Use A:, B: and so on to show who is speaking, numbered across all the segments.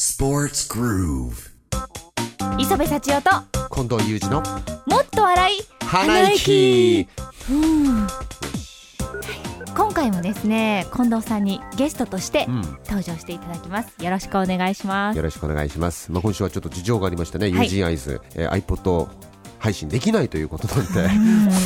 A: Sports Groove.
B: 磯部幸男と
C: 近藤裕二の
B: もっと笑い
C: 花息
B: 今回もですね近藤さんにゲストとして
C: ん
B: 登場していただきますよろしくお願いします
C: よろしくお願いします、まあ、今週はちょっと事情がありましてね、
B: は
C: 友
B: い
C: 人アイス、えー、iPod 配信できないということなんで、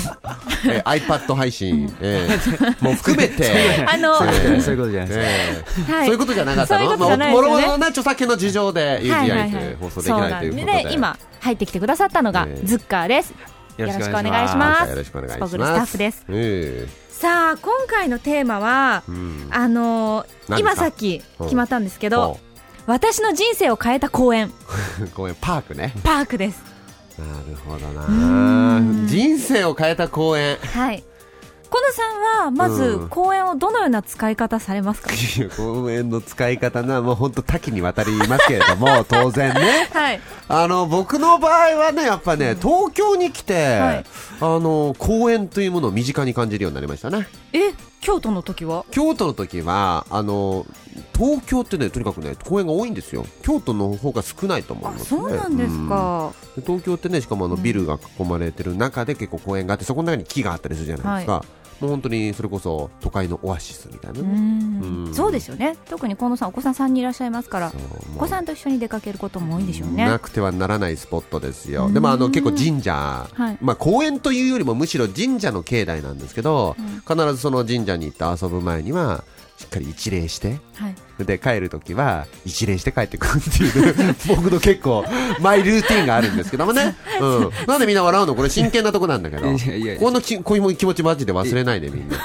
C: えー、iPad 配信、えー、もう含めて、
B: あの、
C: えー
D: そういうことじゃないですか。
C: えー
B: はい
C: そういうことじゃなかった
B: そういう
C: の
B: ことじゃない
C: まあ
B: で
C: もろ
B: すよ
C: も
B: ね
C: ろな著作権の事情で UG アイス、放送できないということで
B: そうなんで今入ってきてくださったのが
C: ええ
B: ズッカーです、
D: よろしくお願い
C: 今
D: します
B: ます
C: 回よろしくお願いし
B: スポ
C: ます
B: グルスタッフです
C: え
B: さあ今回のテーマは
C: えうん
B: あのー
C: 何ですか
B: 今さっき決まったんですけど、
C: こ
B: 私の人生を変えた公園
C: うごめんパークね
B: パークです
C: なるほどな
B: うん
C: 人生を変えた公演
B: はいこのさんはまず
C: うん
B: 公園をどのような使い方されますか、
C: いや 公園の使い方な、もう本当多岐にわたりますけれども、 当然ね。
B: はい
C: あの、僕の場合はね、やっぱね、東京に来て、
B: はい
C: あの、公園というものを身近に感じるようになりましたね。
B: え京都の時は
C: 京都の時は、あの、東京ってね、とにかくね、公園が多いんですよ。京都の方が少ないと思い
B: あ
C: ます、ね。
B: そうなんですか、
C: うんで東京ってね、しかもあの、ビルが囲まれてる中で結構公園があって、そこの中に木があったりするじゃないですか。もう本当に、それこそ、都会のオアシスみたいな
B: う
C: ね。
B: ん
C: うん
B: そうですよね特に近藤さんお子さん3人いらっしゃいますから
C: そう
B: お
C: もう
B: 子さんと一緒に出かけることも多いでしょうね
C: なくてはならないスポットです
B: う
C: よ。
B: ん
C: でもあの結構神社、
B: はい
C: まあ公園というよりもむしろ神社の境内なんですけど、
B: うん
C: 必ずその神社に行って遊ぶ前には、しっかり一礼して、
B: はい
C: で帰る時は一礼して帰ってくるっていう 僕の結構マイルーティンがあるんですけども ね、うん、なんでみんな笑うのこれ真剣なとこなんだけど
D: いやいやいや
C: このきこういう気持ちマジで忘れないで みんな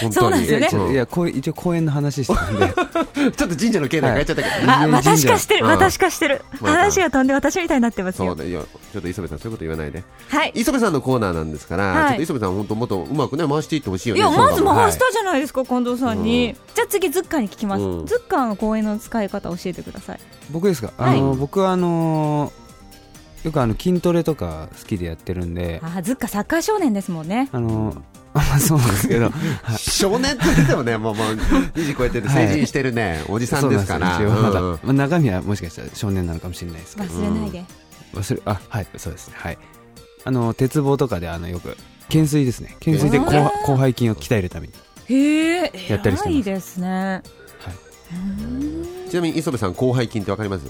C: 本
B: そう
C: 当
B: なんで
C: に
B: すよね
D: いやちょっといや、こう一応公演の話してたんで。
C: うんちょっと神社の境内変えちゃったけど、ね
B: あ
D: いや
B: 私化してる
C: 神社
B: 私化してる
C: まあ
B: 話が飛んで私みたいになってます
C: そう
B: よ
C: だよちょっと磯部さんそういうこと言わないで
B: はい
C: 磯部さんのコーナーなんですから、
B: は
C: ち
B: い
C: ょっと磯部さん、本当、もっとうまくね、回していってほしいよ
B: い
C: ね。
B: やまず回し
C: は
B: たじゃないですか近藤さんに、
C: うん
B: じゃあ次ズッカーに聞きます、
C: うん
B: ズッカーの公園の使い方教えてください
D: 僕ですか、
B: はい
D: あの、僕はあのーよくあの、筋トレとか好きでやってるんで
B: あ、ーズッカーサッカー少年ですもんね
D: あのー あまあそうなんですけど、
C: い少年って言ってもね、もう、もう、20超えてる、
D: は
C: 成
D: い
C: 人してるね、おじさんですから。
D: そうなんですよ一応まだ
C: うんうん
D: まあ中身はもしかしたら少年なのかもしれないですけど
B: 忘れないで、
D: 忘れあはいそうですねはいあの鉄棒とかであのよく懸垂ですね懸垂で広
B: あ
D: 広背筋を鍛えるために
B: へえ
D: やったりしてます
B: 偉いですね
C: ちなみに磯部さん、後背筋ってわかります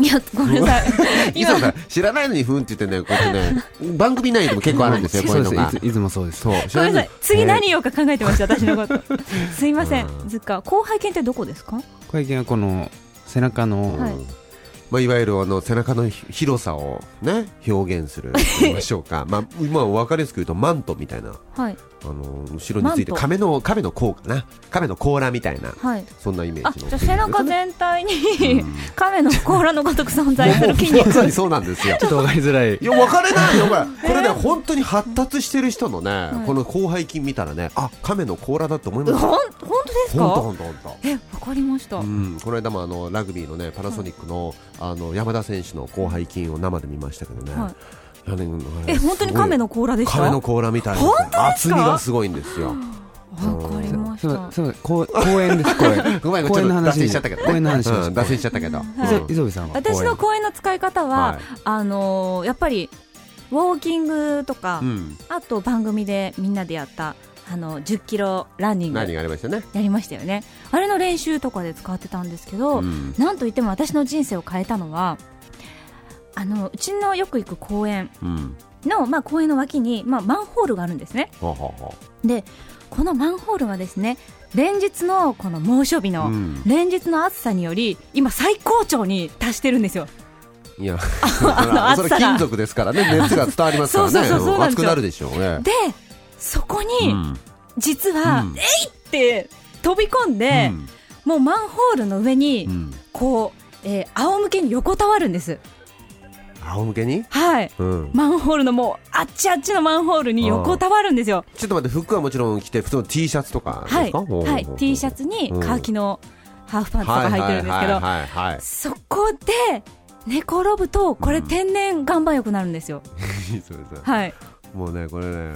B: いやごめんなさい
C: 磯部さん、知らないのにふんって言ってね、こうやってね、番組内でも結構あるんですよ、こう
D: そ
C: いうう
D: で
C: の
D: す
C: が
D: ねい。ついつもそうです
C: そう、知
B: ご
C: ら
B: めんな
C: な
B: さ
C: い
B: い。次何言おうか考えてま した私のことすいません
C: うん
B: ズッカー後背筋ってどこですか
D: 小池はこの背中の、
B: はい
C: まあ、いわゆるあの背中のひ広さをね表現すると言いましょう か、まあ、今は分かりやすく言うとマントみたいな
B: はい
C: あの後ろについて
B: マント
C: 亀の亀の甲かな亀の甲羅みたいな
B: はい
C: そんなイメー
B: あ
C: ジ
B: じ
C: の。
B: ゃあ背中全体に
C: うん
B: 亀の甲羅のごとく存在す る筋
C: ま
B: 肉
C: さにそうなんですよ。
D: ちょっとわかりづらい
C: いや、分かれないよ、これ。これね、本当に発達してる人のね、この広背筋見たらね、あ、亀の甲羅だって思い
B: ほん
C: ます。
B: 本当です
C: ほんと
B: か
C: ほんとほんと。
B: えわかりました
C: うん、この間もあのラグビーのねパナソニックの,、あの山田選手の広背筋を生で見ましたけどね、
B: はい
C: いやねうん
B: え本当に亀の甲羅でした
C: 亀の甲羅みたいな
B: 本当ですか
C: 厚みがすごいんですよ。
B: わかりまし
D: すみま
B: た
D: せん、公公園です、 公園。
C: ごめん、ちょっと
D: 公園
C: 脱
D: の話
C: 線
D: に
C: しちゃったけど、ね、
D: 公園の話に
C: うん、脱線しちゃったけど、
D: 磯
C: うん
D: 磯部さんは
B: 私の公園の使い方
C: は
B: はいあのーやっぱりウォーキングとか
C: うん、
B: あと番組でみんなでやったあの10キロランニング
C: 何がありましたね。
B: やりましたよねあれの練習とかで使ってたんですけど、
C: うん
B: なんといっても私の人生を変えたのはあのうちのよく行く公園
C: うん
B: の、まあ、公園の脇に、まあ、マンホールがあるんですね
C: はは
B: でこのマンホールはですね連日のこの猛暑日の、
C: うん
B: 連日の暑さにより今最高潮に達してるんですよ
C: いや、
B: あの
C: それ
B: 暑さが
C: 金属ですから ね、熱が伝わりますからね、
B: そうそうそうそうなん
C: 熱
B: ですよ
C: くなるでしょうね。
B: でそこに、
C: うん
B: 実は、
C: うん
B: えいって飛び込んで、もうマンホールの上に、
C: うんうん
B: こう、えー仰向けに横たわるんです
C: 仰向けに、
B: はい
C: うん、
B: マンホールのもうあっちあっちのマンホールに横たわるんですよ。
C: ちょっと待って、服はもちろん着て、普通の T シャツとかです
B: はい、
C: か、ほうほうほう
B: はい、T シャツにカーキのハーフパンツと
C: は
B: か
C: い
B: 入ってるんです
C: は
B: けど
C: い、はいはいはい
B: そこで寝転ぶとこれ天然岩盤浴になるんですよ。
C: いいですね
B: はい、
C: もうね、これね、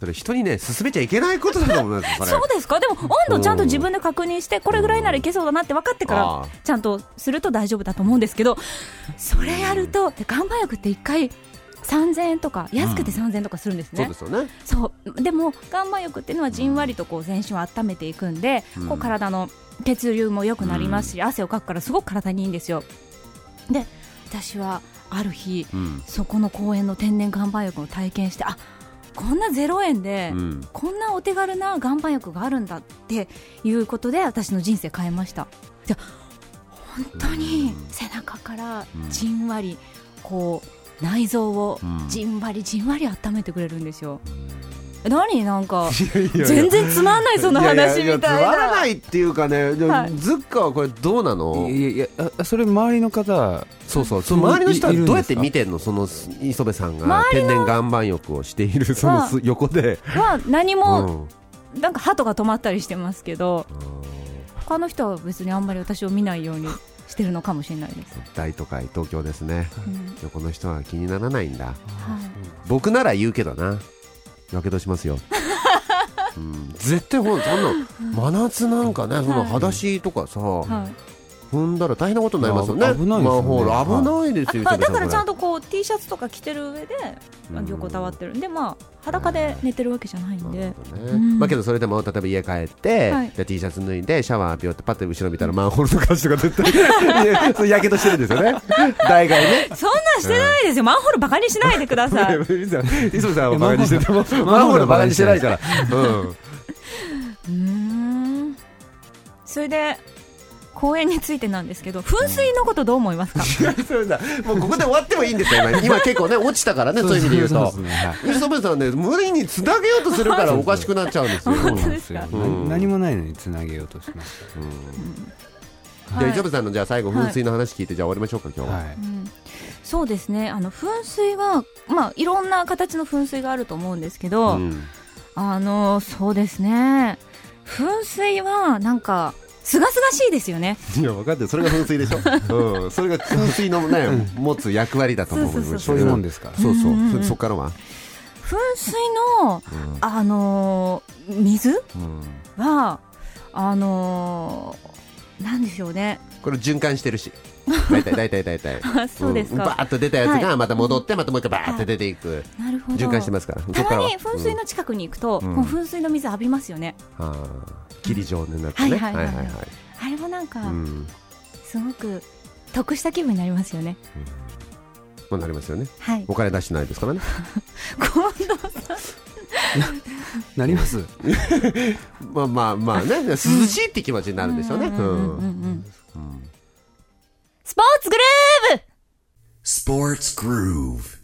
C: それ人にね勧めちゃいけないことだと思いますよそれ
B: そうですかでも温度をちゃんと自分で確認してこれぐらいならいけそうだなって分かってか
C: ああ
B: らちゃんとすると大丈夫だと思うんですけどそれやるとで岩盤浴って1回3000円とか安くて3000円とかするんです
C: そう
B: ね
C: で、すよね
B: そうでも岩盤浴っていうのはじんわりとこう全身を温めていくんで、
C: うん
B: こう体の血流も良くなりますし、汗をかくからすごく体にいいんですよで私はある日
C: うん
B: そこの公園の天然岩盤浴を体験してあこんな0円で、
C: うん
B: こんなお手軽な岩盤浴があるんだっていうことで私の人生変えましたで本当に背中からじんわりこう内臓を
C: うん
B: じんわりじんわり温めてくれるんですよ、何なんか
C: いやいやいや
B: 全然つまんないその話みたいな
C: やややつまらないっていうかね、でも
B: はい
C: ズッカはこれどうなの
D: いやいやあそれ周りの方
C: そうそうその周りの人はい
D: いる
C: ど
D: んですか
C: うやって見てんのその磯部さんが天然岩盤浴をしているそのす横で、
B: は何も、
C: うん
B: なんか鳩が止まったりしてますけど他の人は別にあんまり私を見ないようにしてるのかもしれないです、
C: 大都会東京ですね
B: うん
C: 横の人は気にならないんだ
B: はい
C: 僕なら言うけどなやけどしますよ、うん、絶対ほんそんな真夏なんかねその
B: はい
C: 裸足とかさ、
B: はい
C: 踏んだら大変なことになりますよね
D: 危ないですよね
C: マンホール危ないですよ、
B: あだ
C: 磯部
B: からちゃ
C: さ
B: んとこう T シャツとか着てる上で
C: うん
B: 横たわってるんでまあ裸で寝てるわけじゃないん
C: これな
B: で
C: るほどね
B: うん
C: まあけどそれでも例えば家帰って、
B: はい
C: じゃあ T シャツ脱いでシャワー浴びようってパッて後ろ見たらマンホールの歌詞とか絶対 いやそうやけどしてるんですよね大概 ね
B: そんなんしてないですよマンホールバカにしないで ください
C: 磯部さんはバカに しててもマ
D: マ
C: ン
D: ン
C: ホ
D: ホ
C: ー
D: ー
C: ル
D: ル
C: バ
D: バ
C: カ
D: カ
C: にし
D: にしてて
C: な
D: ないい
C: から、うん、
B: うーんそれで公園についてなんですけど噴水のことどう思いますか
C: そうだもうここで終わってもいいんですよ今今結構ね落ちたからねそういう意味で言うと
D: そうですねはい
C: 磯部さんね無理につなげようとするからおかしくなっちゃうんですよ
B: 本当
D: そう
B: で
D: ですす
B: か
D: よ
C: うん
D: な何もないのにつなげようとしまし
C: じゃ
B: は
C: あ
B: い
C: 磯部さんのじゃあ最後噴水の話聞いてじゃあ終わりましょうか今
D: た、
C: 日は、
D: はい
B: うんそうですねあの噴水はまあいろんな形の噴水があると思うんですけど、
C: うん
B: あのそうですね噴水はなんかすがすがしいですよね
C: いや分かってるそれが噴水で しょ、うん、それが噴水のね持つ役割だと思う
B: そうそうそう
D: そういうもん
C: で
D: ですから、
C: そうそう、
B: うんうんうん
C: そそっからは、
B: 噴水の、あのー水はあのーなんでしょうね
C: これ循環してるし大体大体大体
B: そうです
C: んバ
B: か、
C: ーッと出たやつ
B: は
C: がまた戻ってまたもう一回バーッと出ていく、
B: なるほど
C: 循環してますからそったか
B: ま
C: らは
B: に噴水の近くに行くと、
C: うん
B: こう噴水の水浴びますよね
C: うんあー霧状になってね、
B: はいはいはいはい
C: は
B: あれもなんか、
C: うん
B: すごく得した気分になりますよね
C: まあなりますよね
B: はい
C: お金出してないですからね
B: 今度
D: なります
C: まあまあまあね涼しいって気持ちになるんでしょうね
B: うんうんうんうん
C: うん
B: うんスポーツグルーブ
A: Sports Groove.